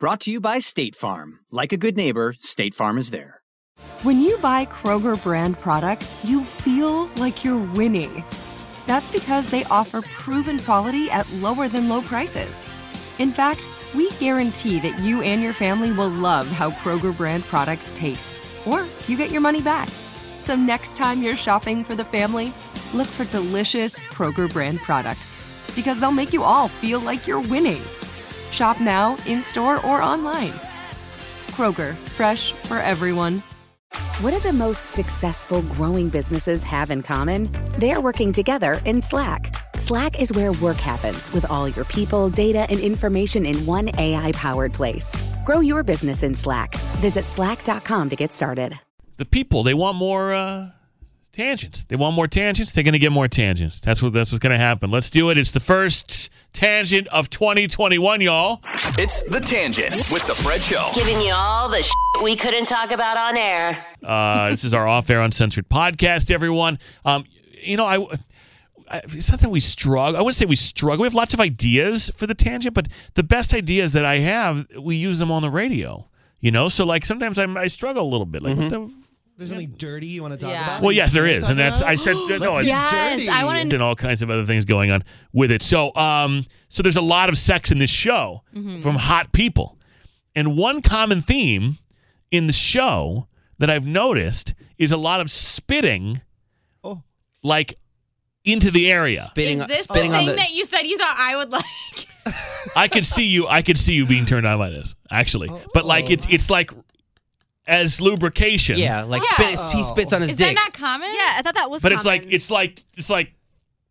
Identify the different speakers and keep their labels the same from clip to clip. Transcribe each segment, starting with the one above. Speaker 1: Brought to you by State Farm. Like a good neighbor, State Farm is there.
Speaker 2: When you buy Kroger brand products, you feel like you're winning. That's because they offer proven quality at lower than low prices. In fact, we guarantee that you and your family will love how Kroger brand products taste, or you get your money back. So next time you're shopping for the family, look for delicious Kroger brand products because they'll make you all feel like you're winning. Shop now, in store, or online. Kroger, fresh for everyone.
Speaker 3: What do the most successful growing businesses have in common? They're working together in Slack. Slack is where work happens with all your people, data, and information in one AI powered place. Grow your business in Slack. Visit slack.com to get started.
Speaker 4: the people they want more uh, tangents. They want more tangents. They're going to get more tangents. That's what that's what's going to happen. Let's do it. It's the first tangent of 2021, y'all.
Speaker 5: It's The Tangent with The Fred Show.
Speaker 6: giving you all the shit we couldn't talk about on air.
Speaker 4: Uh, this is our off-air uncensored podcast. Everyone, um, you know, I, I it's not that we struggle. I wouldn't say we struggle. We have lots of ideas for the tangent, but the best ideas that I have, we use them on the radio. You know, so like sometimes I'm, I struggle a little bit. Like, what
Speaker 7: There's something dirty you want to talk
Speaker 8: Yeah.
Speaker 7: about?
Speaker 4: the? Well, yes, there
Speaker 7: You
Speaker 4: is,
Speaker 7: wanna
Speaker 4: and that's
Speaker 7: Mm-hmm. talk
Speaker 4: I
Speaker 7: about?
Speaker 4: said no.
Speaker 7: Let's
Speaker 4: it's-
Speaker 7: get
Speaker 8: Yes,
Speaker 7: dirty.
Speaker 8: I wanna
Speaker 4: and all kinds of other things going on with it. So, um, so there's a lot of sex in this show
Speaker 9: Mm-hmm.
Speaker 4: from hot people, and one common theme in the show that I've noticed is a lot of spitting,
Speaker 7: Oh.
Speaker 4: like into the area.
Speaker 8: Is this the thing that you said you thought I would like?
Speaker 4: I could see you. I could see you being turned on by this actually,
Speaker 9: Oh.
Speaker 4: but like it's it's like as lubrication.
Speaker 9: Yeah, like
Speaker 8: Yeah.
Speaker 9: spit, he spits on his
Speaker 8: Is that
Speaker 9: dick.
Speaker 8: not common?
Speaker 6: Yeah, I thought that was.
Speaker 4: but it's like
Speaker 6: common.
Speaker 4: it's like it's like.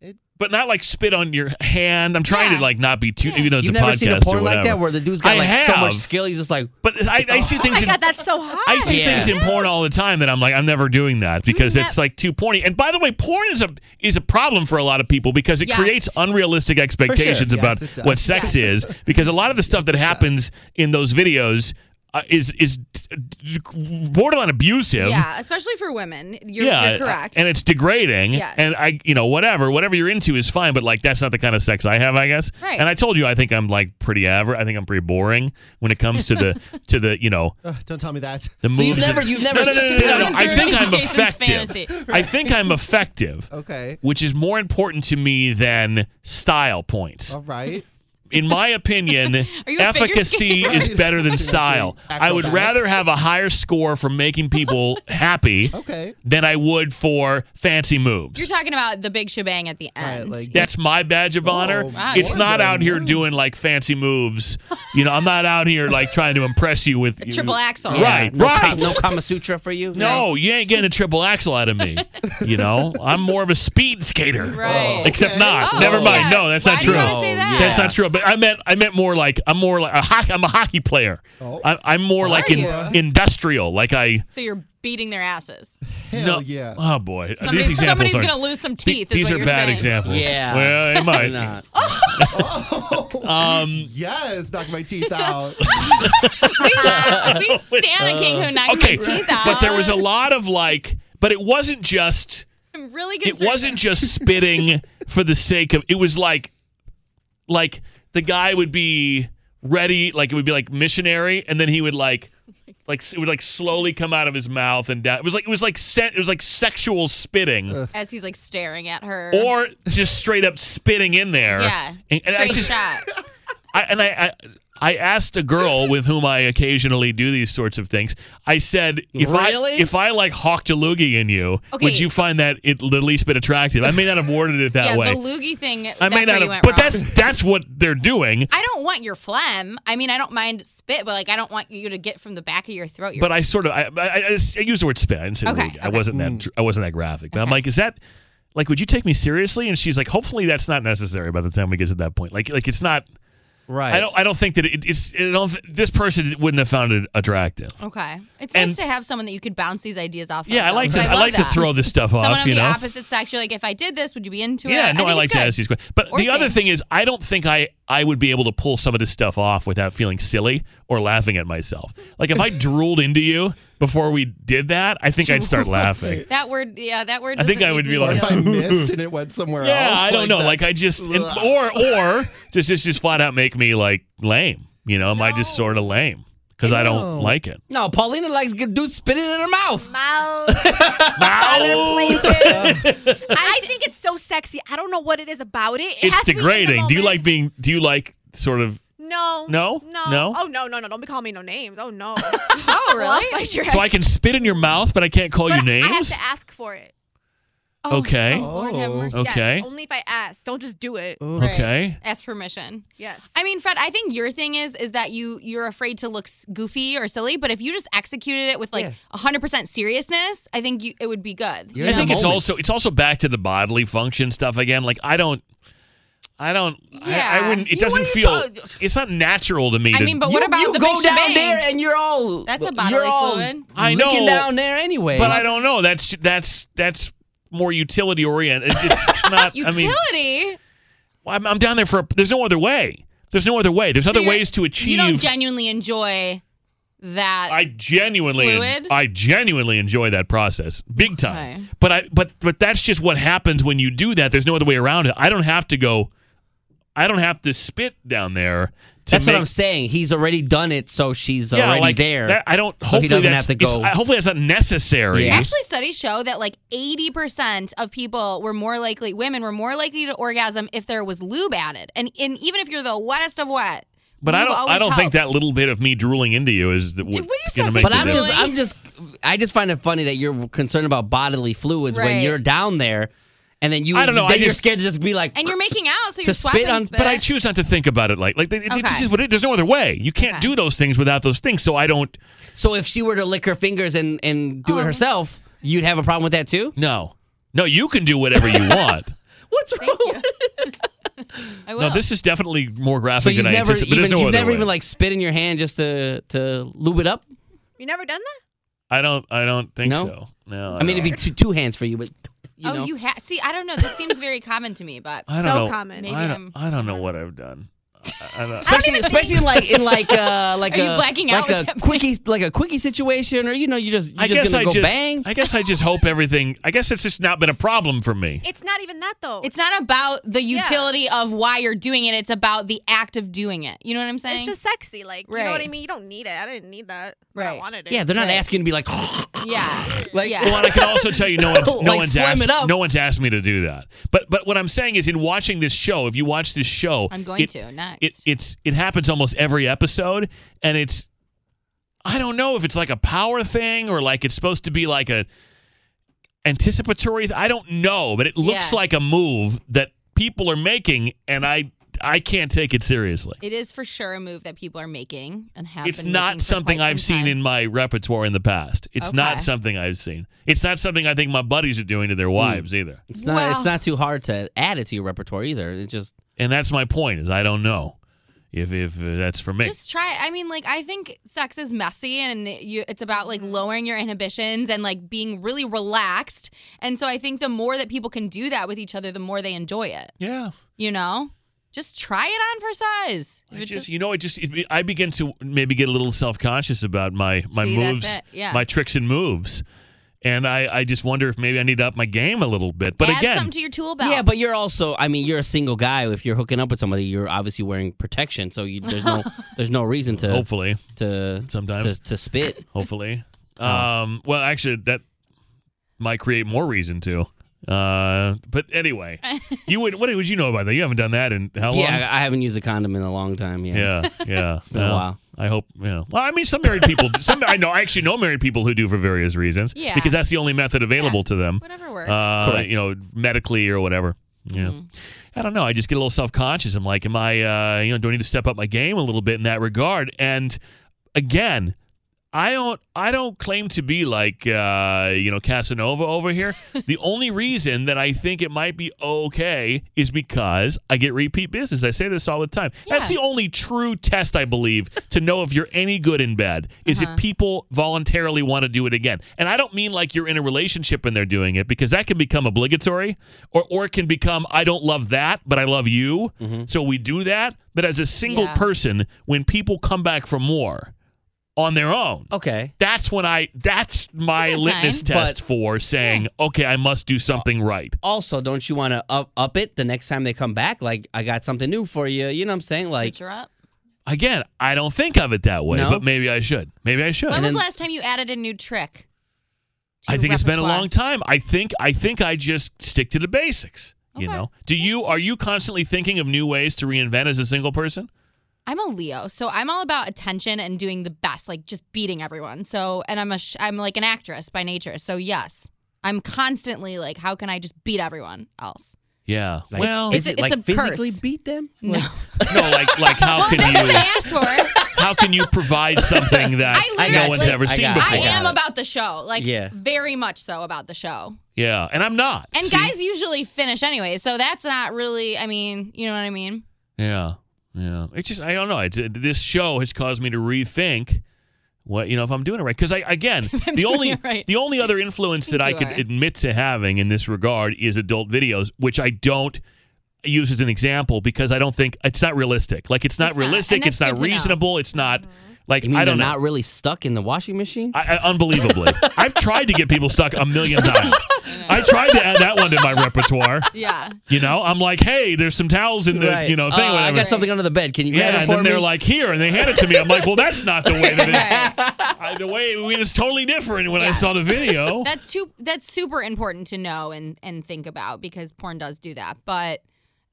Speaker 7: It-
Speaker 4: But not like spit on your hand. I'm trying
Speaker 8: Yeah.
Speaker 4: to like not be too. You know, it's
Speaker 9: You've
Speaker 4: a
Speaker 9: never
Speaker 4: podcast
Speaker 9: seen a
Speaker 4: or
Speaker 9: porn
Speaker 4: whatever.
Speaker 9: like that where the dude's got
Speaker 4: I
Speaker 9: like so
Speaker 4: have.
Speaker 9: much skill. He's just like,
Speaker 4: But I, I see things
Speaker 6: Oh my god,
Speaker 4: in
Speaker 6: that's so hot.
Speaker 4: I see
Speaker 9: Yeah.
Speaker 4: things in porn all the time that I'm like I'm never doing that because
Speaker 6: Doing
Speaker 4: it's
Speaker 6: that-
Speaker 4: like too porny. And by the way, porn is a is a problem for a lot of people because it
Speaker 8: Yes.
Speaker 4: creates unrealistic expectations
Speaker 7: Yes,
Speaker 4: about
Speaker 7: it does.
Speaker 4: what sex is because a lot of the stuff that happens in those videos uh, is is d- d- borderline abusive.
Speaker 8: Yeah, especially for women. You're,
Speaker 4: Yeah,
Speaker 8: you're correct.
Speaker 4: and it's degrading.
Speaker 8: Yes.
Speaker 4: And I, you know, whatever, whatever you're into is fine, but like that's not the kind of sex I have, I guess.
Speaker 8: Right.
Speaker 4: And I told you, I think I'm like pretty average. I think I'm pretty boring when it comes to the to the you know
Speaker 7: Ugh, don't tell me that.
Speaker 4: the
Speaker 9: so you've
Speaker 4: moves.
Speaker 9: never,
Speaker 4: that-
Speaker 9: you've never.
Speaker 4: no, no, no, no, no, no.
Speaker 9: spit on
Speaker 4: I
Speaker 9: your
Speaker 4: think I'm
Speaker 8: Jason's fantasy.
Speaker 4: effective. I think I'm effective,
Speaker 7: Okay.
Speaker 4: which is more important to me than style points.
Speaker 9: Oh.
Speaker 7: All right.
Speaker 4: In my opinion,
Speaker 8: Are you a figure
Speaker 4: efficacy
Speaker 8: skater?
Speaker 4: is better than style. I would
Speaker 7: Acrobatics.
Speaker 4: rather have a higher score for making people happy
Speaker 7: Okay.
Speaker 4: than I would for fancy moves.
Speaker 8: you're talking about the big shebang at the
Speaker 7: Right,
Speaker 8: end.
Speaker 7: like-
Speaker 4: That's my badge of honor.
Speaker 9: Oh,
Speaker 7: wow,
Speaker 4: it's
Speaker 7: you're
Speaker 4: not
Speaker 7: good.
Speaker 4: out here doing like fancy moves. You know, I'm not out here like trying to impress you with
Speaker 8: triple axel.
Speaker 4: Right,
Speaker 9: Yeah, no
Speaker 4: right.
Speaker 9: Ka- No Kama Sutra for you.
Speaker 4: No, you ain't getting a triple axle out of me. You know, I'm more of a speed skater.
Speaker 8: Right.
Speaker 4: Except
Speaker 7: Okay.
Speaker 4: not.
Speaker 8: Oh,
Speaker 4: Never mind.
Speaker 8: yeah.
Speaker 4: No, that's
Speaker 8: Why
Speaker 4: not
Speaker 8: do you
Speaker 4: true.
Speaker 8: wanna say that?
Speaker 4: That's not true. But I meant I meant more like I'm more like a hockey, I'm a hockey player.
Speaker 7: Oh.
Speaker 4: I, I'm more like in,
Speaker 7: you?
Speaker 4: industrial. Like I
Speaker 8: So you're beating their asses.
Speaker 7: Hell
Speaker 4: no.
Speaker 7: yeah.
Speaker 4: Oh boy,
Speaker 8: Somebody,
Speaker 4: these examples
Speaker 8: somebody's
Speaker 4: are.
Speaker 8: going to lose some
Speaker 4: th-
Speaker 8: teeth. is
Speaker 4: these
Speaker 8: what
Speaker 4: are
Speaker 8: you're
Speaker 4: bad
Speaker 8: saying.
Speaker 4: examples.
Speaker 9: Yeah.
Speaker 4: Well, they might.
Speaker 9: Why not? Oh.
Speaker 4: Um,
Speaker 7: Yes, knock my teeth out.
Speaker 8: we, we stand a king who knocks
Speaker 4: Uh, okay,
Speaker 8: my teeth out.
Speaker 4: but there was a lot of like, but it wasn't just.
Speaker 8: I'm really
Speaker 4: it
Speaker 8: concerned.
Speaker 4: wasn't just spitting for the sake of it was like like the guy would be ready like it would be like missionary and then he would like
Speaker 8: Oh
Speaker 4: like it would like slowly come out of his mouth and down it was like it was like se- it was like sexual spitting
Speaker 8: as he's like staring at her.
Speaker 4: or just straight up spitting in there
Speaker 8: yeah,
Speaker 4: and, and
Speaker 8: straight
Speaker 4: i just
Speaker 8: shot.
Speaker 4: I, and I, I I asked a girl with whom I occasionally do these sorts of things. I said, if
Speaker 9: Really?
Speaker 4: I if I like hawked a loogie in you,
Speaker 8: Okay.
Speaker 4: would you find that it, the least bit attractive? I may not have worded it that
Speaker 8: yeah,
Speaker 4: way.
Speaker 8: the loogie thing.
Speaker 4: I
Speaker 8: that's
Speaker 4: may
Speaker 8: where
Speaker 4: not
Speaker 8: you
Speaker 4: have,
Speaker 8: went
Speaker 4: but
Speaker 8: wrong.
Speaker 4: that's that's what they're doing.
Speaker 8: I don't want your phlegm. I mean, I don't mind spit, but like, I don't want you to get from the back of your throat. Your
Speaker 4: But I sort of I I, I, just- I used the word spit. I didn't say
Speaker 8: Okay,
Speaker 4: loogie. I
Speaker 8: okay.
Speaker 4: wasn't that dr- I wasn't that graphic. But I'm like, is that like would you take me seriously? And she's like, hopefully that's not necessary by the time we get to that point. Like like it's not Right. I don't. I don't think that it, it's. I don't. th- This person wouldn't have found it attractive.
Speaker 8: Okay. It's
Speaker 4: And-
Speaker 8: nice to have someone that you could bounce these ideas off.
Speaker 4: Yeah, I
Speaker 8: of, though,
Speaker 4: like to.
Speaker 8: because
Speaker 4: I,
Speaker 8: love
Speaker 4: like
Speaker 8: that.
Speaker 4: to throw this stuff
Speaker 8: Someone
Speaker 4: off.
Speaker 8: on
Speaker 4: You
Speaker 8: the
Speaker 4: know.
Speaker 8: opposite sex, you're like, if I did this, would you be into it?
Speaker 4: Yeah, no, I,
Speaker 8: think
Speaker 4: like
Speaker 8: it's
Speaker 4: to
Speaker 8: good.
Speaker 4: ask these questions. But
Speaker 8: Or
Speaker 4: the other
Speaker 8: same.
Speaker 4: thing is, I don't think I I would be able to pull some of this stuff off without feeling silly or laughing at myself. Like if I drooled into you before we did that, I think I'd start laughing.
Speaker 8: That word, yeah, that word.
Speaker 4: I think
Speaker 8: doesn't
Speaker 4: I would
Speaker 8: make
Speaker 4: be
Speaker 8: me
Speaker 4: like,
Speaker 8: feel-
Speaker 7: I missed and it went somewhere
Speaker 4: Yeah,
Speaker 7: else.
Speaker 4: I don't know.
Speaker 7: that.
Speaker 4: Like I just and- or or just just just flat out make me like lame. You know, am I just sort of lame because I don't like it.
Speaker 9: No, Paulina likes to do spit it in her mouth.
Speaker 10: I think it's so sexy. I don't know what it is about it. it
Speaker 4: It's
Speaker 10: has to be in the
Speaker 4: degrading. Do you
Speaker 10: moment.
Speaker 4: like being? Do you like sort of?
Speaker 10: No.
Speaker 4: No?
Speaker 10: No.
Speaker 4: No?
Speaker 10: Oh no, no, no! Don't be calling me no names. Oh no. oh
Speaker 8: really?
Speaker 4: So I can spit in your mouth, but I can't call you names.
Speaker 10: I have to ask for it. Oh,
Speaker 4: okay.
Speaker 8: Lord have
Speaker 7: Oh.
Speaker 8: mercy.
Speaker 10: Yes, Oh
Speaker 4: Okay.
Speaker 10: only if I ask. Don't just do it.
Speaker 4: Right. Okay.
Speaker 8: Ask permission.
Speaker 10: Yes.
Speaker 8: I mean, Fred, I think your thing is is that you you're afraid to look s- goofy or silly, but if you just executed it with like
Speaker 4: Yeah.
Speaker 8: 100% seriousness, I think you, it would be good. you
Speaker 4: I
Speaker 8: know?
Speaker 4: think it's also it's also back to the bodily function stuff again. Like I don't, I don't, I, I
Speaker 8: Yeah.
Speaker 4: wouldn't. It
Speaker 8: You-
Speaker 4: doesn't
Speaker 8: what are you
Speaker 4: feel. It's not natural to me.
Speaker 8: I
Speaker 4: to-
Speaker 8: mean, but what
Speaker 9: You-
Speaker 8: about
Speaker 9: you
Speaker 8: the
Speaker 9: go
Speaker 8: big
Speaker 9: down
Speaker 8: shebang?
Speaker 9: there and you're all
Speaker 8: That's a bodily
Speaker 9: You're all
Speaker 8: fluid.
Speaker 4: I know
Speaker 9: licking down there anyway.
Speaker 4: But I don't know. That's that's that's more utility oriented. It's, it's not. I mean,
Speaker 8: Utility.
Speaker 4: I'm, I'm down there for. A, there's no other way. There's no other way. There's
Speaker 8: So
Speaker 4: other
Speaker 8: you're-
Speaker 4: ways to achieve.
Speaker 8: You don't genuinely enjoy that.
Speaker 4: I genuinely,
Speaker 8: Uh, Fluid?
Speaker 4: I genuinely enjoy that process, big time.
Speaker 8: Okay.
Speaker 4: But I, but but that's just what happens when you do that. There's no other way around it. I don't have to go. I don't have to spit down there. To
Speaker 9: That's
Speaker 4: make,
Speaker 9: what I'm saying. He's already done it, so she's
Speaker 4: Yeah,
Speaker 9: already
Speaker 4: like,
Speaker 9: there.
Speaker 4: that- I don't.
Speaker 9: So
Speaker 4: hopefully
Speaker 9: he doesn't have
Speaker 4: that's-
Speaker 9: to
Speaker 4: it's-
Speaker 9: go.
Speaker 4: I- hopefully that's not necessary.
Speaker 9: Yeah.
Speaker 8: Actually, studies show that like 80% of people were more likely, women were more likely to orgasm if there was lube added. And, and even if you're the wettest of wet.
Speaker 4: but I
Speaker 8: lube
Speaker 4: don't. I
Speaker 8: always
Speaker 4: don't think
Speaker 8: helps.
Speaker 4: that little bit of me drooling into you is that
Speaker 8: Dude, what are you
Speaker 4: gonna
Speaker 8: so
Speaker 4: make
Speaker 9: but
Speaker 4: the
Speaker 9: I'm
Speaker 4: difference.
Speaker 9: just, I'm just, I just find it funny that you're concerned about bodily fluids when
Speaker 8: Right.
Speaker 9: you're down there, and then you,
Speaker 4: I don't know,
Speaker 9: Then
Speaker 4: I
Speaker 9: you're
Speaker 4: just-
Speaker 9: scared to just be like,
Speaker 8: And you're making out, so
Speaker 9: To
Speaker 8: you're
Speaker 9: spit
Speaker 8: slapping
Speaker 9: on-
Speaker 8: spit.
Speaker 4: But I choose not to think about it. Like, like it, it, this
Speaker 8: Okay.
Speaker 4: is what it. There's no other way. You can't do those things without those things. So I don't.
Speaker 9: So if she were to lick her fingers and and do it herself, you'd have a problem with that too.
Speaker 4: No, no. You can do whatever you want.
Speaker 9: What's wrong?
Speaker 8: I
Speaker 4: No,
Speaker 8: will.
Speaker 4: this is definitely more graphic
Speaker 9: So you
Speaker 4: than I
Speaker 9: never
Speaker 4: anticipated. There's
Speaker 9: even
Speaker 4: no
Speaker 9: you
Speaker 4: other
Speaker 9: never
Speaker 4: way.
Speaker 9: even like spit in your hand just to to lube it up.
Speaker 10: You never done that?
Speaker 4: I don't. I don't think
Speaker 9: No?
Speaker 4: so. No.
Speaker 9: I mean,
Speaker 4: don't.
Speaker 9: it'd be two, two hands for you, but you
Speaker 8: oh,
Speaker 9: know.
Speaker 8: you ha- see, I don't know. This seems very common to me, but
Speaker 4: I don't
Speaker 10: so
Speaker 4: know.
Speaker 10: common.
Speaker 8: Maybe
Speaker 4: I don't.
Speaker 8: I'm-
Speaker 4: I don't know what I've done. I- I don't-
Speaker 9: Especially, especially in like in like uh like
Speaker 8: Are you
Speaker 9: a
Speaker 8: blacking out?
Speaker 9: like
Speaker 8: What's
Speaker 9: a
Speaker 8: happening?
Speaker 9: quickie like a quickie situation, or you know, you just you
Speaker 4: I
Speaker 9: just
Speaker 4: guess
Speaker 9: gonna
Speaker 4: I
Speaker 9: go
Speaker 4: just.
Speaker 9: bang.
Speaker 4: I guess I just hope everything. I guess it's just not been a problem for me.
Speaker 10: It's not even that though.
Speaker 8: it's not about the utility of why you're doing it. It's about the act of doing it. You know what I'm saying?
Speaker 10: It's just sexy. Like you know what I
Speaker 8: Right.
Speaker 10: mean. You don't need it. I didn't need that. but I
Speaker 8: Right.
Speaker 10: wanted it.
Speaker 9: yeah, they're not
Speaker 8: Right.
Speaker 9: asking to be like
Speaker 8: yeah,
Speaker 9: like
Speaker 8: yeah.
Speaker 4: Well, and I can also tell you, no one's no
Speaker 9: Like,
Speaker 4: one's
Speaker 9: phlegm
Speaker 4: asked
Speaker 9: it up.
Speaker 4: no one's asked me to do that. But but what I'm saying is, in watching this show, if you watch this show,
Speaker 8: I'm going
Speaker 4: it-
Speaker 8: to next.
Speaker 4: It it's it happens almost every episode, and it's I don't know if it's like a power thing or like it's supposed to be like a anticipatory. th- I don't know, but it looks
Speaker 8: Yeah.
Speaker 4: like a move that people are making, and I I can't take it seriously.
Speaker 8: it is for sure a move that people are making and have.
Speaker 4: It's
Speaker 8: been making
Speaker 4: not
Speaker 8: for
Speaker 4: something
Speaker 8: quite
Speaker 4: I've
Speaker 8: some
Speaker 4: seen
Speaker 8: time.
Speaker 4: in my repertoire in the past. It's not
Speaker 8: Okay. Hmm.
Speaker 4: something I've seen. It's not something I think my buddies are doing to their wives either.
Speaker 9: it's not
Speaker 8: Well-
Speaker 9: it's not too hard to add it to your repertoire either. It's just
Speaker 4: And that's my point is I don't know if if uh, that's for me.
Speaker 8: Just try. I mean, like I think sex is messy, and you, it's about like lowering your inhibitions and like being really relaxed. And so I think the more that people can do that with each other, the more they enjoy it.
Speaker 4: yeah.
Speaker 8: You know, just try it on for size. If
Speaker 4: I
Speaker 8: it
Speaker 4: just, you know, it just it, I begin to maybe get a little self conscious about my my
Speaker 8: See, that's
Speaker 4: moves,
Speaker 8: it. Yeah.
Speaker 4: my tricks and moves, and I I just wonder if maybe I need to up my game a little bit. But
Speaker 8: add
Speaker 4: again,
Speaker 8: something to your tool belt.
Speaker 9: yeah, but you're also I mean you're a single guy. If you're hooking up with somebody, you're obviously wearing protection, so you, there's no there's no reason to
Speaker 4: hopefully,
Speaker 9: to
Speaker 4: Sometimes.
Speaker 9: to, to spit.
Speaker 4: hopefully, um, well, actually, that might create more reason to. Uh, but anyway, you would what would you know about that? You haven't done that in how long?
Speaker 9: yeah, I I haven't used a condom in a long time. Yeah.
Speaker 4: Yeah, yeah. it's
Speaker 9: been a while.
Speaker 4: I hope. Yeah. Well, I mean, some married people. Some I know. I actually know married people who do for various reasons.
Speaker 8: Yeah.
Speaker 4: Because that's the only method available to them.
Speaker 8: Whatever works.
Speaker 4: Uh,
Speaker 9: Correct. Mm-hmm.
Speaker 4: You know, medically or whatever. Yeah. I don't know. I just get a little self conscious. I'm like, am I? Uh, you know, do I need to step up my game a little bit in that regard? And again, I don't I don't claim to be like uh, you know Casanova over here. the only reason that I think it might be okay is because I get repeat business. I say this all the time. That's the only true test I believe to know if you're any good in bed is
Speaker 11: Uh-huh.
Speaker 4: if people voluntarily want to do it again. And I don't mean like you're in a relationship and they're doing it because that can become obligatory or or it can become I don't love that, but I love you. So we do that, but as a single
Speaker 9: Yeah.
Speaker 4: person when people come back for more on their own. Okay. That's when I that's my litmus
Speaker 9: sign.
Speaker 4: test
Speaker 9: But-
Speaker 4: for saying, okay, I must do something right.
Speaker 9: Also, don't you want to up up it the next time they come back? Like I got something new for you. You know what I'm saying? Like
Speaker 8: Switch her up.
Speaker 4: Again, I don't think of it that way,
Speaker 9: No?
Speaker 4: but maybe I should. Maybe I should.
Speaker 8: When was the last time you added a new trick?
Speaker 4: I think it's been a
Speaker 8: repertoire?
Speaker 4: long time. I think I think I just stick to the basics. You know? Do you are you constantly thinking of new ways to reinvent as a single person?
Speaker 8: I'm a Leo, so I'm all about attention and doing the best, like just beating everyone. So, and I'm a sh- I'm like an actress by nature. So, yes. I'm constantly like how can I just beat everyone else?
Speaker 4: Yeah.
Speaker 9: Like,
Speaker 4: well,
Speaker 9: is it like physically
Speaker 8: curse.
Speaker 9: beat them?
Speaker 8: No.
Speaker 4: no, like like how can
Speaker 8: That's what
Speaker 4: you
Speaker 8: I asked for.
Speaker 4: how can you provide something that no one's
Speaker 8: Like,
Speaker 4: ever seen
Speaker 8: I
Speaker 4: before?
Speaker 8: am about the show. Like
Speaker 4: Yeah.
Speaker 8: very much so about the show.
Speaker 4: yeah, and I'm not.
Speaker 8: And
Speaker 4: See?
Speaker 8: guys usually finish anyway, so that's not really I mean, you know what I mean?
Speaker 4: Yeah, yeah. It's just I don't know. It's, this show has caused me to rethink what you know if I'm doing it right. Because I again the
Speaker 11: doing
Speaker 4: only
Speaker 11: it right.
Speaker 4: the only other influence that I
Speaker 11: you
Speaker 4: could
Speaker 11: are.
Speaker 4: admit to having in this regard is adult videos, which I don't use as an example because I don't think it's not realistic. Like it's not
Speaker 9: It's not, and
Speaker 4: realistic.
Speaker 9: that's
Speaker 4: It's not
Speaker 9: good to know.
Speaker 4: reasonable. It's not. Like
Speaker 9: You mean
Speaker 4: I don't
Speaker 9: they're
Speaker 4: know.
Speaker 9: not really stuck in the washing machine?
Speaker 4: I, I, unbelievably, I've tried to get people stuck a million times. I tried to add that one to my repertoire.
Speaker 8: Yeah. Oh,
Speaker 4: You know, I'm like, hey, there's some towels in the
Speaker 9: Right.
Speaker 4: you know thing.
Speaker 9: Uh, I
Speaker 4: whatever.
Speaker 9: got something under the bed. Can you grab
Speaker 4: yeah,
Speaker 9: it
Speaker 4: and
Speaker 9: for
Speaker 4: then they're
Speaker 9: me?
Speaker 4: like, here, and they hand it to me. I'm like, well, that's not the way that it, I, the way it was totally different when I saw the video.
Speaker 8: That's too. That's super important to know and and think about because porn does do that. But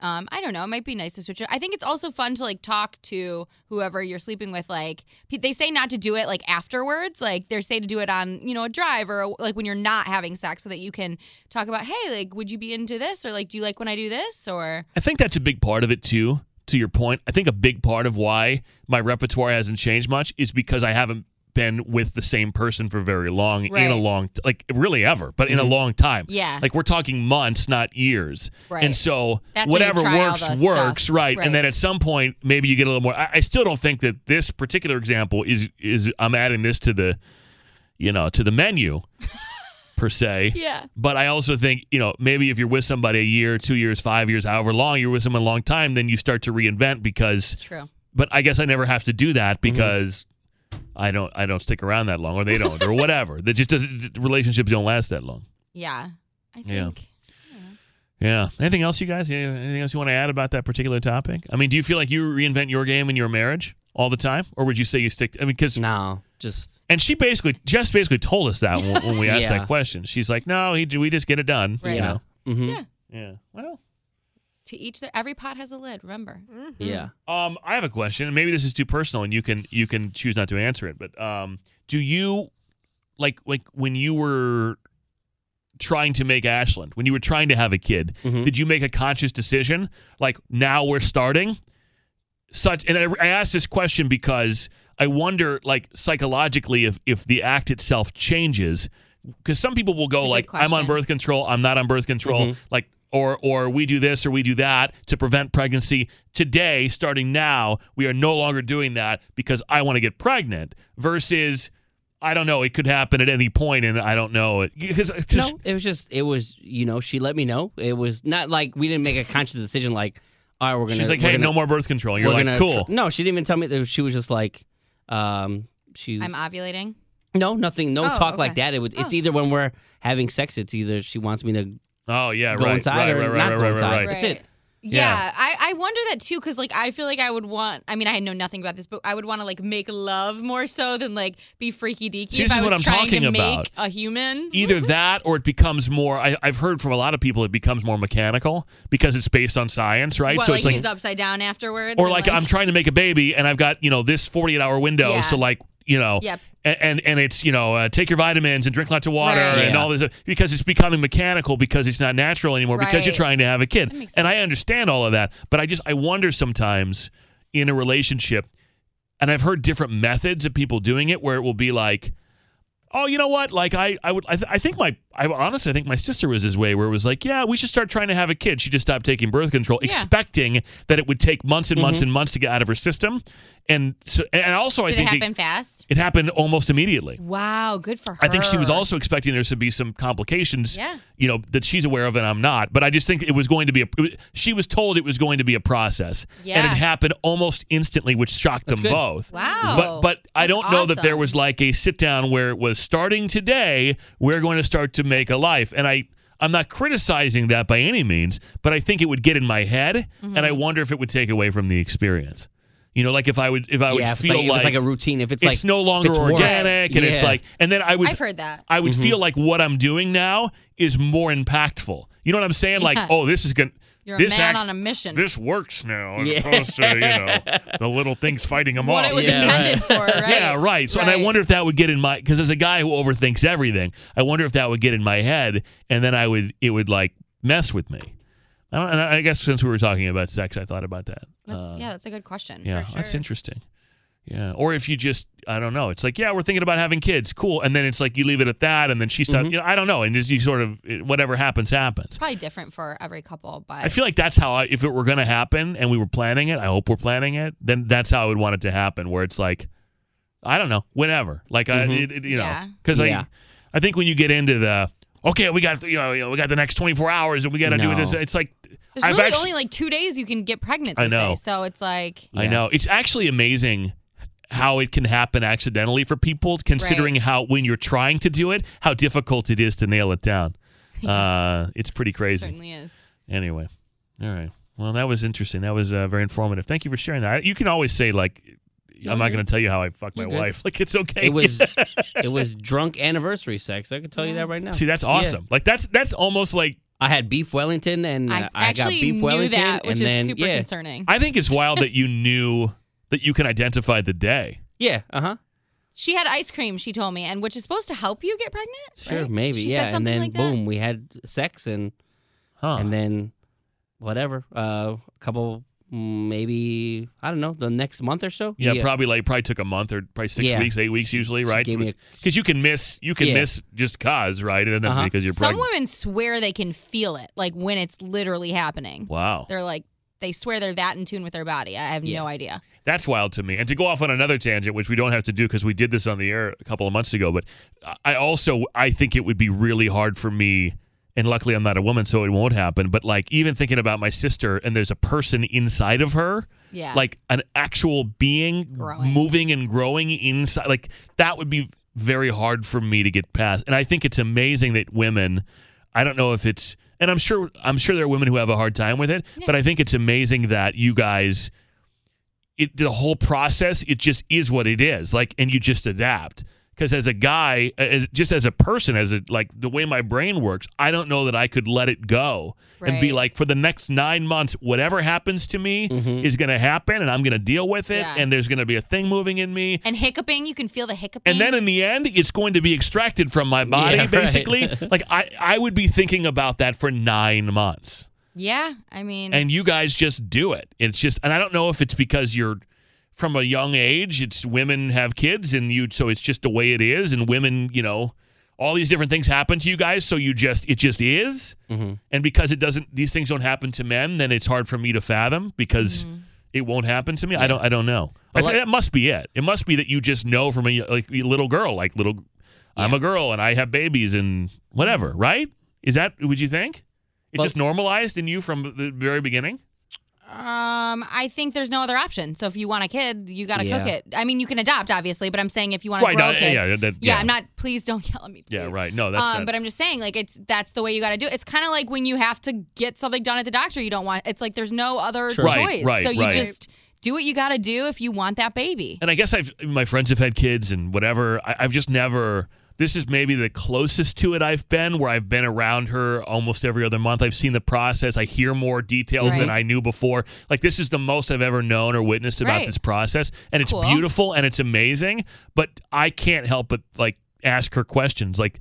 Speaker 8: um, I don't know. It might be nice to switch it. I think it's also fun to like talk to whoever you're sleeping with. Like pe- they say not to do it like afterwards. Like they say to do it on you know a drive or like when you're not having sex, so that you can talk about hey like would you be into this or like do you like when I do this or
Speaker 4: I think that's a big part of it too. To your point, I think a big part of why my repertoire hasn't changed much is because I haven't been with the same person for very long in
Speaker 11: Right. Mm-hmm.
Speaker 4: a long t- like really ever, but in a long time.
Speaker 11: Yeah.
Speaker 4: like we're talking months, not years.
Speaker 11: Right.
Speaker 4: And so
Speaker 11: That's when you
Speaker 4: whatever
Speaker 11: try all
Speaker 4: works
Speaker 11: the
Speaker 4: works,
Speaker 11: stuff.
Speaker 4: right.
Speaker 11: Right.
Speaker 4: And then at some point, maybe you get a little more. I, I still don't think that this particular example is is I'm adding this to the, you know, to the menu. per se.
Speaker 11: Yeah.
Speaker 4: But I also think, you know, maybe if you're with somebody a year, two years, five years, however long you're with someone a long time, then you start to reinvent because.
Speaker 8: true. Mm-hmm.
Speaker 4: But I guess I never have to do that because I don't I don't stick around that long, or they don't, or whatever. That just doesn't relationships don't last that long.
Speaker 8: yeah. I think
Speaker 4: Yeah. Yeah. Anything else, you guys? Yeah, Anything else you want to add about that particular topic? I mean, do you feel like you reinvent your game in your marriage all the time, or would you say you stick? I mean, because
Speaker 9: no, just
Speaker 4: and she basically Jess basically told us that when, when we asked
Speaker 9: Yeah.
Speaker 4: that question. She's like, "No, he, we just get it done."
Speaker 8: Right.
Speaker 4: You know?
Speaker 9: Mm-hmm.
Speaker 8: Yeah.
Speaker 4: Yeah. Well.
Speaker 8: to each their every pot has a lid. Remember.
Speaker 9: Yeah.
Speaker 4: Um, I have a question, and maybe this is too personal, and you can you can choose not to answer it. But um, do you like like when you were trying to make Ashland, when you were trying to have a kid, did you make a conscious decision like now we're starting? Such and I, I asked this question because I wonder like psychologically if if the act itself changes because some people will go like I'm on birth control, I'm not on birth control, like or or we do this or we do that to prevent pregnancy. Today, starting now, we are no longer doing that because I want to get pregnant versus I don't know, it could happen at any point and I don't know it because
Speaker 9: no, it was just it was you know she let me know it was not like we didn't make a conscious decision like all right we're gonna
Speaker 4: She's like,
Speaker 9: we're
Speaker 4: "Hey,
Speaker 9: gonna-
Speaker 4: no more birth control." You're
Speaker 9: we're
Speaker 4: like,
Speaker 9: gonna
Speaker 4: "Cool."
Speaker 9: tr- no, she didn't even tell me that she was just like um she's
Speaker 8: I'm ovulating.
Speaker 9: no nothing no
Speaker 8: Oh,
Speaker 9: talk like
Speaker 8: okay. Oh.
Speaker 9: that it was it's either when we're having sex it's either she wants me to
Speaker 4: oh yeah
Speaker 9: go
Speaker 4: right,
Speaker 9: inside
Speaker 4: right, right,
Speaker 9: or
Speaker 4: right,
Speaker 9: not
Speaker 4: right,
Speaker 9: go
Speaker 4: right,
Speaker 9: inside
Speaker 4: right.
Speaker 9: that's it
Speaker 8: Yeah,
Speaker 4: Yeah.
Speaker 8: I, I wonder that too, because like I feel like I would want. I mean, I know nothing about this, but I would want to like make love more so than like be freaky deaky.
Speaker 4: See,
Speaker 8: if
Speaker 4: this
Speaker 8: I
Speaker 4: is
Speaker 8: was
Speaker 4: what I'm
Speaker 8: trying
Speaker 4: talking
Speaker 8: to
Speaker 4: about.
Speaker 8: Make a human.
Speaker 4: Either that or it becomes more. I, I've heard from a lot of people it becomes more mechanical because it's based on science, right?
Speaker 8: What,
Speaker 4: so
Speaker 8: like,
Speaker 4: it's like
Speaker 8: she's upside down afterwards.
Speaker 4: or
Speaker 8: and,
Speaker 4: like, I'm trying to make a baby and I've got you know this 48 hour window,
Speaker 8: Yeah.
Speaker 4: so like you know,
Speaker 8: Yep.
Speaker 4: a- and and it's you know uh, take your vitamins and drink lots of water
Speaker 11: Right.
Speaker 4: and
Speaker 11: Yeah.
Speaker 4: all this because it's becoming mechanical because it's not natural anymore because you're
Speaker 11: Right.
Speaker 4: trying to have a kid. And I understand all of that, but I just I wonder sometimes in a relationship and I've heard different methods of people doing it where it will be like, oh, you know what? Like I, I would, I, th- I think my, I honestly, I think my sister was this way where it was like, yeah, we should start trying to have a kid. She just stopped taking birth control, expecting that it would take months and months
Speaker 11: Mhm.
Speaker 4: and months to get out of her system, and so, and also I
Speaker 8: Mm-hmm. Did it
Speaker 4: think
Speaker 8: happen fast?
Speaker 4: It happened almost immediately.
Speaker 8: Wow, good for her.
Speaker 4: I think she was also expecting there to be some complications,
Speaker 8: Yeah.
Speaker 4: you know, that she's aware of and I'm not. But I just think it was going to be a. it was- She was told it was going to be a process, and
Speaker 11: Yeah.
Speaker 4: it happened almost instantly, which shocked them
Speaker 11: good.
Speaker 4: both.
Speaker 11: Wow.
Speaker 4: But but I
Speaker 11: That's
Speaker 4: don't know that there
Speaker 11: awesome.
Speaker 4: was like a sit down where it was starting today. We're going to start to make a life, and I. I'm not criticizing that by any means, but I think it would get in my head, and I
Speaker 8: Mm-hmm.
Speaker 4: wonder if it would take away from the experience. You know, like if I would, if I would
Speaker 9: Yeah, if it's
Speaker 4: uh, feel
Speaker 9: like- if
Speaker 4: like
Speaker 9: it's like a routine, if it's
Speaker 4: it's
Speaker 9: like-
Speaker 4: no
Speaker 9: if
Speaker 4: longer
Speaker 9: it's work.
Speaker 4: organic, and it's
Speaker 9: Yeah. Mm-hmm.
Speaker 4: like, and then I would,
Speaker 8: I've heard that.
Speaker 4: I would
Speaker 8: Mhm.
Speaker 4: feel like what I'm doing now is more impactful. You know what I'm saying? Like,
Speaker 8: Yeah.
Speaker 4: oh, this is gonna.
Speaker 8: You're
Speaker 4: this
Speaker 8: a man
Speaker 4: act-
Speaker 8: on a mission.
Speaker 4: This works now, as
Speaker 8: Yeah.
Speaker 4: opposed to you know the little things fighting them
Speaker 8: What
Speaker 4: off.
Speaker 8: it was Yeah, intended right. for, right?
Speaker 4: Yeah, right. So, and I
Speaker 8: Right.
Speaker 4: wonder if that would get in my because as a guy who overthinks everything, I wonder if that would get in my head, and then I would it would like mess with me. I don't. And I I guess since we were talking about sex, I thought about that.
Speaker 8: That's,
Speaker 4: Uh,
Speaker 8: yeah, that's a good question.
Speaker 4: yeah, that's interesting. Yeah, or if you just I don't know, it's like yeah, we're thinking about having kids, cool, and then it's like you leave it at that, and then she
Speaker 8: Mm-hmm.
Speaker 4: stops. You know, I don't know, and just you sort of it- whatever happens happens.
Speaker 8: It's probably different for every couple, but
Speaker 4: I feel like that's how I, if it were going to happen and we were planning it, I hope we're planning it, then that's how I would want it to happen, where it's like I don't know, whenever, like I,
Speaker 11: Mhm.
Speaker 4: it, it- you
Speaker 11: Yeah.
Speaker 4: know, because
Speaker 11: Yeah.
Speaker 4: I I think when you get into the okay, we got you know, you know, we got the next twenty four hours and we got to do
Speaker 11: No.
Speaker 4: this, it's like
Speaker 8: there's
Speaker 4: I've
Speaker 8: really
Speaker 4: actu-
Speaker 8: only like two days you can get pregnant.
Speaker 4: I
Speaker 8: they say,
Speaker 4: know.
Speaker 8: so it's like
Speaker 4: I know. It's actually amazing how it can happen accidentally for people, considering how when you're trying to do it, how difficult it is to nail it down. Uh, it's pretty
Speaker 8: It
Speaker 4: crazy.
Speaker 8: certainly is.
Speaker 4: Anyway, all right. Well, that was interesting. That was uh, very informative. Thank you for sharing that. You can always say like, "I'm not going to tell you how I fucked my
Speaker 9: You're good.
Speaker 4: wife." Like it's okay.
Speaker 9: It was it was drunk anniversary sex. I could tell you that right now.
Speaker 4: See, that's awesome. Like that's that's almost like
Speaker 9: I had beef Wellington and
Speaker 8: I
Speaker 9: uh, I, got
Speaker 8: actually
Speaker 9: beef
Speaker 8: knew
Speaker 9: Wellington
Speaker 8: that, which
Speaker 9: and
Speaker 8: is
Speaker 9: then
Speaker 8: super
Speaker 9: yeah.
Speaker 8: concerning.
Speaker 4: I think it's wild that you knew that you can identify the day.
Speaker 9: Yeah. Uh huh.
Speaker 8: She had ice cream, she told me, and which is supposed to help you get pregnant.
Speaker 9: Sure.
Speaker 8: right?
Speaker 9: Maybe.
Speaker 8: She
Speaker 9: yeah.
Speaker 8: Said
Speaker 9: and
Speaker 8: something
Speaker 9: then
Speaker 8: like that.
Speaker 9: boom, we had sex and and then whatever. Uh, a couple maybe I don't know the next month or so.
Speaker 4: Yeah, probably like probably took a month or probably six
Speaker 9: Yeah.
Speaker 4: weeks, eight weeks usually,
Speaker 9: She
Speaker 4: right?
Speaker 9: gave me a-
Speaker 4: Because you can miss you can
Speaker 9: Yeah.
Speaker 4: miss just cause, right? It doesn't have to be
Speaker 9: Uh-huh.
Speaker 4: because you're
Speaker 8: Some
Speaker 4: pregnant.
Speaker 8: women swear they can feel it, like when it's literally happening.
Speaker 4: Wow.
Speaker 8: They're like, they swear they're that in tune with their body. I have no idea.
Speaker 4: That's wild to me. And to go off on another tangent, which we don't have to do because we did this on the air a couple of months ago, but I also I think it would be really hard for me. And luckily, I'm not a woman, so it won't happen. But like, even thinking about my sister, and there's a person inside of her,
Speaker 11: Yeah.
Speaker 4: like an actual being
Speaker 11: Growing.
Speaker 4: moving and growing inside. Like that would be very hard for me to get past. And I think it's amazing that women. I don't know if it's, and I'm sure I'm sure there are women who have a hard time with it, but I think it's amazing that you guys it the whole process it just is what it is like and you just adapt because as a guy as just as a person as a like the way my brain works i don't know that i could let it go and be
Speaker 11: Right.
Speaker 4: like for the next nine months whatever happens to me is going to happen and i'm going to deal with it
Speaker 8: Yeah.
Speaker 4: and there's going to be a thing moving in me
Speaker 8: And hiccuping, you can feel the hiccuping.
Speaker 4: and then in the end it's going to be extracted from my body
Speaker 11: Yeah, right.
Speaker 4: basically like i i would be thinking about that for nine months
Speaker 8: yeah, I mean,
Speaker 4: and you guys just do it. It's just, and I don't know if it's because you're from a young age. It's women have kids, and you, so it's just the way it is. And women, you know, all these different things happen to you guys, so you just, it just is.
Speaker 11: Mm-hmm.
Speaker 4: And because it doesn't, these things don't happen to men, then it's hard for me to fathom because
Speaker 8: Mm-hmm.
Speaker 4: it won't happen to me. I don't, I don't know. I
Speaker 9: But
Speaker 4: think
Speaker 9: like-
Speaker 4: that must be it. It must be that you just know from a like a little girl, like little, I'm a girl and I have babies and whatever,
Speaker 9: Mm.
Speaker 4: right? Is that would you think? It's just normalized in you from the very beginning.
Speaker 8: um, I think there's no other option. So if you want a kid, you got to cook
Speaker 4: Yeah.
Speaker 8: it. I mean, you can adopt, obviously, but I'm saying if you want to
Speaker 4: Right, no,
Speaker 8: grow a kid,
Speaker 4: yeah, that- yeah.
Speaker 8: I'm not. Please don't yell at me.
Speaker 4: Yeah, right. No, that's
Speaker 8: um,
Speaker 4: not-
Speaker 8: but I'm just saying, like it's that's the way you got to do it. It's kind of like when you have to get something done at the doctor you don't want. It's like there's no other
Speaker 4: Sure. Right,
Speaker 8: choice.
Speaker 4: right,
Speaker 8: so you
Speaker 4: right.
Speaker 8: just do what you got to do if you want that baby.
Speaker 4: And I guess I've my friends have had kids and whatever. I, I've just never. This is maybe the closest to it I've been, where I've been around her almost every other month. I've seen the process. I hear more details than
Speaker 11: Right.
Speaker 4: I knew before. Like this is the most I've ever known or witnessed about
Speaker 11: Right.
Speaker 4: this process, and it's
Speaker 11: Cool.
Speaker 4: beautiful and it's amazing. But I can't help but like ask her questions, like,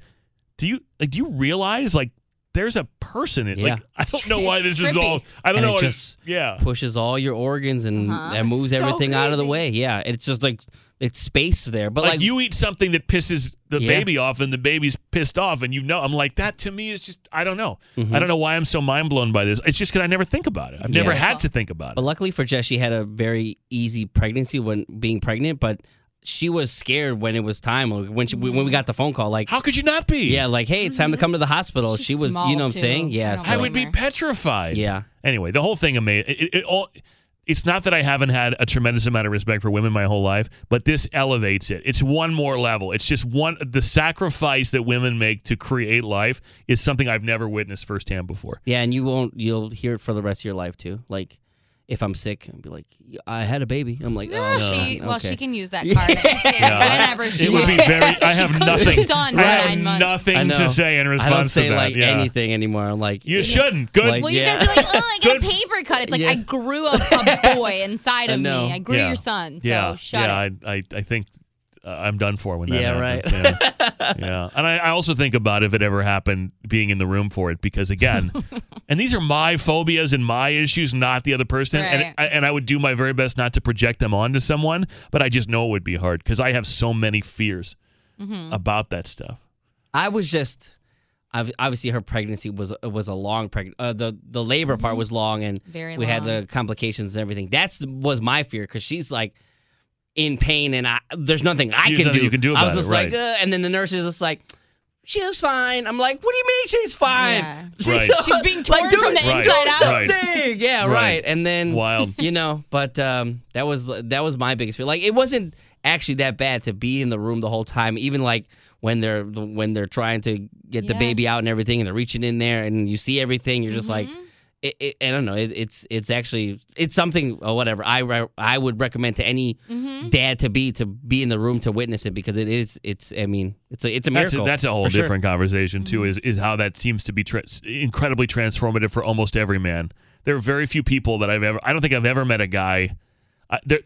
Speaker 4: do you like do you realize like there's a person. In,
Speaker 9: Yeah.
Speaker 4: Like I don't know why this is all. I don't
Speaker 9: And
Speaker 4: know.
Speaker 9: It
Speaker 4: what
Speaker 9: just
Speaker 4: yeah
Speaker 9: pushes all your organs and
Speaker 4: Uh-huh.
Speaker 9: and moves
Speaker 4: So
Speaker 9: everything out of the way. Yeah, it's just like it's space there, but
Speaker 4: like,
Speaker 9: like,
Speaker 4: you eat something that pisses the
Speaker 9: Yeah.
Speaker 4: baby off and the baby's pissed off and you know i'm like that to me is just i don't know
Speaker 9: Mhm.
Speaker 4: i don't know why i'm so mind blown by this it's just because i never think about it i've never
Speaker 9: Yeah.
Speaker 4: had to think about it
Speaker 9: But luckily for Jess, she had a very easy pregnancy when being pregnant, but she was scared when it was time like, when she,
Speaker 8: Mm-hmm.
Speaker 9: when we got the phone call like
Speaker 4: how could you not be
Speaker 9: yeah like hey it's time to come to the hospital she was
Speaker 4: small,
Speaker 9: you know what i'm
Speaker 4: too.
Speaker 9: saying yeah
Speaker 4: I would be petrified.
Speaker 9: Yeah.
Speaker 4: Anyway, the whole thing amazing. It, it, it all. It's not that I haven't had a tremendous amount of respect for women my whole life, but this elevates it. It's one more level. It's just one the sacrifice that women make to create life is something I've never witnessed firsthand before.
Speaker 9: yeah and you won't you'll hear it for the rest of your life too like if i'm sick i'll be like i had a baby i'm like oh
Speaker 8: she
Speaker 9: okay.
Speaker 8: well, she can use that card
Speaker 4: Yeah.
Speaker 8: whenever she
Speaker 4: it would be
Speaker 8: wants.
Speaker 4: very. I
Speaker 8: She
Speaker 4: have
Speaker 8: cooked her
Speaker 4: nothing.
Speaker 8: son
Speaker 4: I
Speaker 8: for
Speaker 4: have
Speaker 8: nine months.
Speaker 4: nothing
Speaker 9: I know.
Speaker 4: to say in response
Speaker 9: I don't say
Speaker 4: to that.
Speaker 9: like
Speaker 4: yeah.
Speaker 9: anything anymore. I'm like
Speaker 4: You shouldn't. Good.
Speaker 9: Like,
Speaker 8: well, you
Speaker 9: yeah.
Speaker 8: guys are like, oh, I got a paper cut. It's like
Speaker 9: Yeah.
Speaker 8: I grew a, a boy inside
Speaker 9: I
Speaker 8: of
Speaker 9: know.
Speaker 8: me. I grew
Speaker 4: Yeah.
Speaker 8: your son. So
Speaker 4: yeah.
Speaker 8: shut
Speaker 4: yeah,
Speaker 8: it.
Speaker 4: I, I, I think uh, I'm done for when that
Speaker 9: Yeah,
Speaker 4: happens. Yeah. yeah. And I, I also think about if it ever happened, being in the room for it, because again, and these are my phobias and my issues, not the other person.
Speaker 11: Right.
Speaker 4: And, I, and I would do my very best not to project them onto someone, but I just know it would be hard because I have so many fears
Speaker 8: Mm-hmm.
Speaker 4: about that stuff.
Speaker 9: I was just, I've, obviously, her pregnancy was was a long pregnant. Uh, the the labor part was long, and
Speaker 8: Mm-hmm. Very
Speaker 9: we had the complications and everything. That's was my fear because she's like in pain, and I there's nothing I
Speaker 4: There's
Speaker 9: can
Speaker 4: nothing
Speaker 9: do.
Speaker 4: you can do
Speaker 9: I was
Speaker 4: about it,
Speaker 9: just like,
Speaker 4: right.
Speaker 9: uh, and then the nurse is just like. She was fine. I'm like, what do you mean she's fine? She's,
Speaker 4: Right.
Speaker 8: She's being torn
Speaker 9: do
Speaker 8: from the
Speaker 9: it-
Speaker 8: inside
Speaker 9: do
Speaker 8: out.
Speaker 4: Right.
Speaker 9: something. Yeah,
Speaker 4: Right.
Speaker 9: right. And then
Speaker 4: Wild.
Speaker 9: you know, but um, that was that was my biggest fear. Like it wasn't actually that bad to be in the room the whole time, even like when they're when they're trying to get the
Speaker 4: Yeah.
Speaker 9: baby out and everything, and they're reaching in there, and you see everything. You're just like. It, it, I don't know. It, it's it's actually it's something or whatever. I re- I would recommend to any
Speaker 4: Mhm.
Speaker 9: dad to be to be in the room to witness it because it is it's I mean it's a it's a miracle.
Speaker 4: That's a, that's a whole
Speaker 9: for sure.
Speaker 4: different conversation too. Is is how that seems to be tra- incredibly transformative for almost every man. There are very few people that I've ever. I don't think I've ever met a guy. I, there,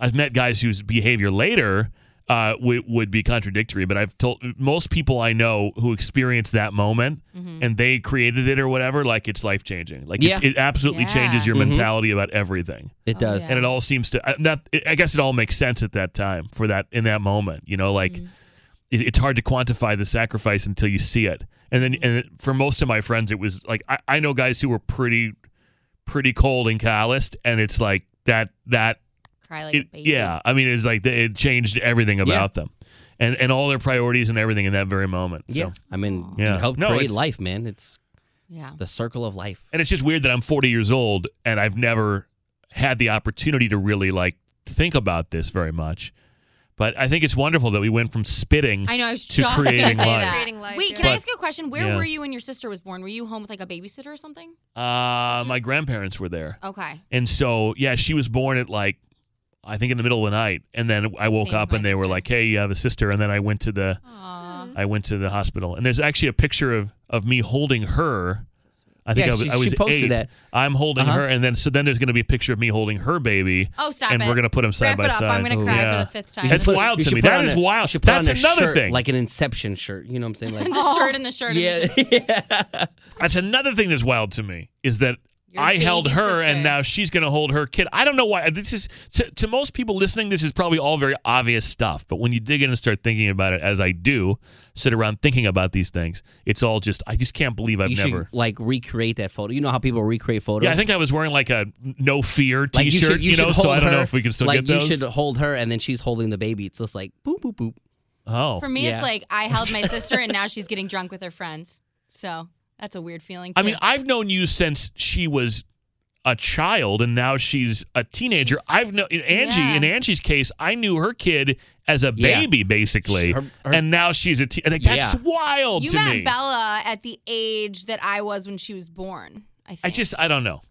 Speaker 4: I've met guys whose behavior later uh, would would be contradictory, but I've told most people I know who experienced that moment and they created it or whatever. Like it's life changing. Like
Speaker 9: Yeah.
Speaker 4: it, it absolutely
Speaker 9: Yeah.
Speaker 4: changes your
Speaker 9: Mhm.
Speaker 4: mentality about everything.
Speaker 9: It does.
Speaker 4: and it all seems to. I- Not, I guess it all makes sense at that time for that in that moment. You know,
Speaker 8: Mm-hmm.
Speaker 4: like it, it's hard to quantify the sacrifice until you see it. And then, and
Speaker 8: Mm-hmm.
Speaker 4: it- for most of my friends, it was like I, I know guys who were pretty, pretty cold and calloused, and it's like that that.
Speaker 8: Cry like
Speaker 4: It,
Speaker 8: a baby.
Speaker 4: yeah, I mean, it's like they, it changed everything about them, and and all their priorities and everything in that very moment. So.
Speaker 9: Yeah. I mean,
Speaker 4: Yeah.
Speaker 9: you help
Speaker 4: No,
Speaker 9: create
Speaker 4: it's-
Speaker 9: life, man. It's
Speaker 8: Yeah.
Speaker 9: the circle of life.
Speaker 4: And it's just weird that I'm 40 years old and I've never had the opportunity to really like think about this very much. But I think it's wonderful that we went from spitting
Speaker 8: I know. I was
Speaker 4: to
Speaker 8: just gonna
Speaker 4: creating
Speaker 8: say
Speaker 4: life.
Speaker 8: that. Wait, can I
Speaker 4: But-
Speaker 8: ask you a question? Where
Speaker 4: Yeah.
Speaker 8: were you when your sister was born? Were you home with like a babysitter or something?
Speaker 4: Uh, my grandparents were there.
Speaker 8: Okay.
Speaker 4: And so, yeah, she was born at like, I think in the middle of the night. And then I woke
Speaker 8: Same with
Speaker 4: up and they were like, hey, you have a sister. And then I went to the, I went to the hospital. And there's actually a picture of, of me holding her. I think
Speaker 9: Yeah,
Speaker 4: I was,
Speaker 9: she-
Speaker 4: I was
Speaker 9: she posted
Speaker 4: eight.
Speaker 9: that.
Speaker 4: I'm holding
Speaker 9: Uh-huh.
Speaker 4: her, and then so then there's going to be a picture of me holding her baby.
Speaker 8: Oh, stop
Speaker 4: And
Speaker 8: it.
Speaker 4: we're going to put them side
Speaker 8: Wrap
Speaker 4: by
Speaker 8: it up.
Speaker 4: side.
Speaker 8: I'm gonna cry for the fifth time. You should
Speaker 4: That's
Speaker 8: put-
Speaker 4: wild
Speaker 9: You
Speaker 4: to
Speaker 9: should
Speaker 4: me.
Speaker 9: put
Speaker 4: That
Speaker 9: on
Speaker 4: is
Speaker 9: a-
Speaker 4: wild.
Speaker 9: you should put
Speaker 4: That's
Speaker 9: on a
Speaker 4: another
Speaker 9: shirt,
Speaker 4: thing. Oh.
Speaker 9: like an Inception shirt. You know what I'm saying? Like
Speaker 8: the shirt and the shirt.
Speaker 9: yeah,
Speaker 8: And the shirt.
Speaker 4: That's another thing that's wild to me is that
Speaker 8: Your
Speaker 4: I held
Speaker 8: baby
Speaker 4: her
Speaker 8: sister.
Speaker 4: and now she's going to hold her kid. I don't know why. This is to, to most people listening. This is probably all very obvious stuff, but when you dig in and start thinking about it, as I do, sit around thinking about these things, it's all just I just can't believe I've
Speaker 9: you
Speaker 4: never.
Speaker 9: should like recreate that photo. You know how people recreate photos.
Speaker 4: Yeah, I think I was wearing like a no fear
Speaker 9: Like,
Speaker 4: T-shirt, you,
Speaker 9: should- should
Speaker 4: know. So
Speaker 9: hold
Speaker 4: I don't know
Speaker 9: her-
Speaker 4: if we can still
Speaker 9: like,
Speaker 4: get those.
Speaker 9: You should hold her, and then she's holding the baby. It's just like boop, boop, boop.
Speaker 4: Oh,
Speaker 8: For me,
Speaker 9: Yeah.
Speaker 8: it's like I held my sister, and now she's getting drunk with her friends. So that's a weird feeling.
Speaker 4: I
Speaker 8: too.
Speaker 4: mean, I've known you since she was a child, and now she's a teenager. I've known Angie. In Angie's case, I knew her kid as a
Speaker 9: Yeah.
Speaker 4: baby, basically, and now she's a teen. Like, that's
Speaker 9: Yeah.
Speaker 4: wild
Speaker 8: you
Speaker 4: to
Speaker 8: met
Speaker 4: me.
Speaker 8: Bella at the age that I was when she was born. I think.
Speaker 4: I just, I don't know.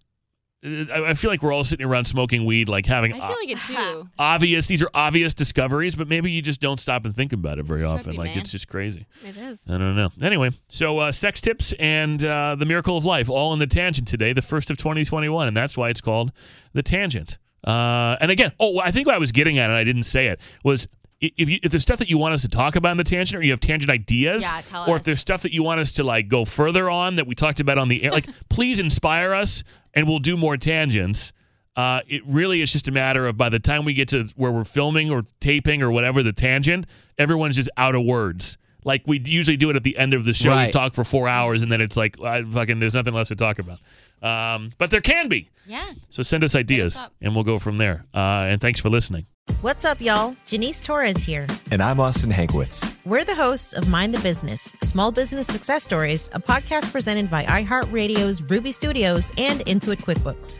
Speaker 4: Uh, I I feel like we're all sitting around smoking weed, like having
Speaker 8: I feel like it too.
Speaker 4: o- obvious. These are obvious discoveries, but maybe you just don't stop and think about it very often. like
Speaker 8: man.
Speaker 4: it's just crazy.
Speaker 8: It is.
Speaker 4: I don't know. Anyway, so uh, sex tips and uh, the miracle of life, all in the tangent today, the first of 2021, and that's why it's called the tangent. Uh, and again, oh, I think what I was getting at, and I didn't say it, was i- if you, if there's stuff that you want us to talk about in the tangent, or you have tangent ideas,
Speaker 12: Yeah, tell
Speaker 4: or
Speaker 12: us.
Speaker 4: if there's stuff that you want us to like go further on that we talked about on the air, like please inspire us, and we'll do more tangents. Uh, it really is just a matter of by the time we get to where we're filming or taping or whatever the tangent, everyone's just out of words. Like we usually do it at the end of the show.
Speaker 13: Right.
Speaker 4: We've talked for four hours, and then it's like I fucking there's nothing left to talk about. Um, but there can be.
Speaker 12: Yeah.
Speaker 4: So send us ideas, and we'll go from there. Uh, and thanks for listening.
Speaker 8: What's up, y'all? Janice Torres here.
Speaker 14: And I'm Austin Hankwitz.
Speaker 8: We're the hosts of Mind the Business, Small Business Success Stories, a podcast presented by iHeartRadio's Ruby Studios and Intuit QuickBooks.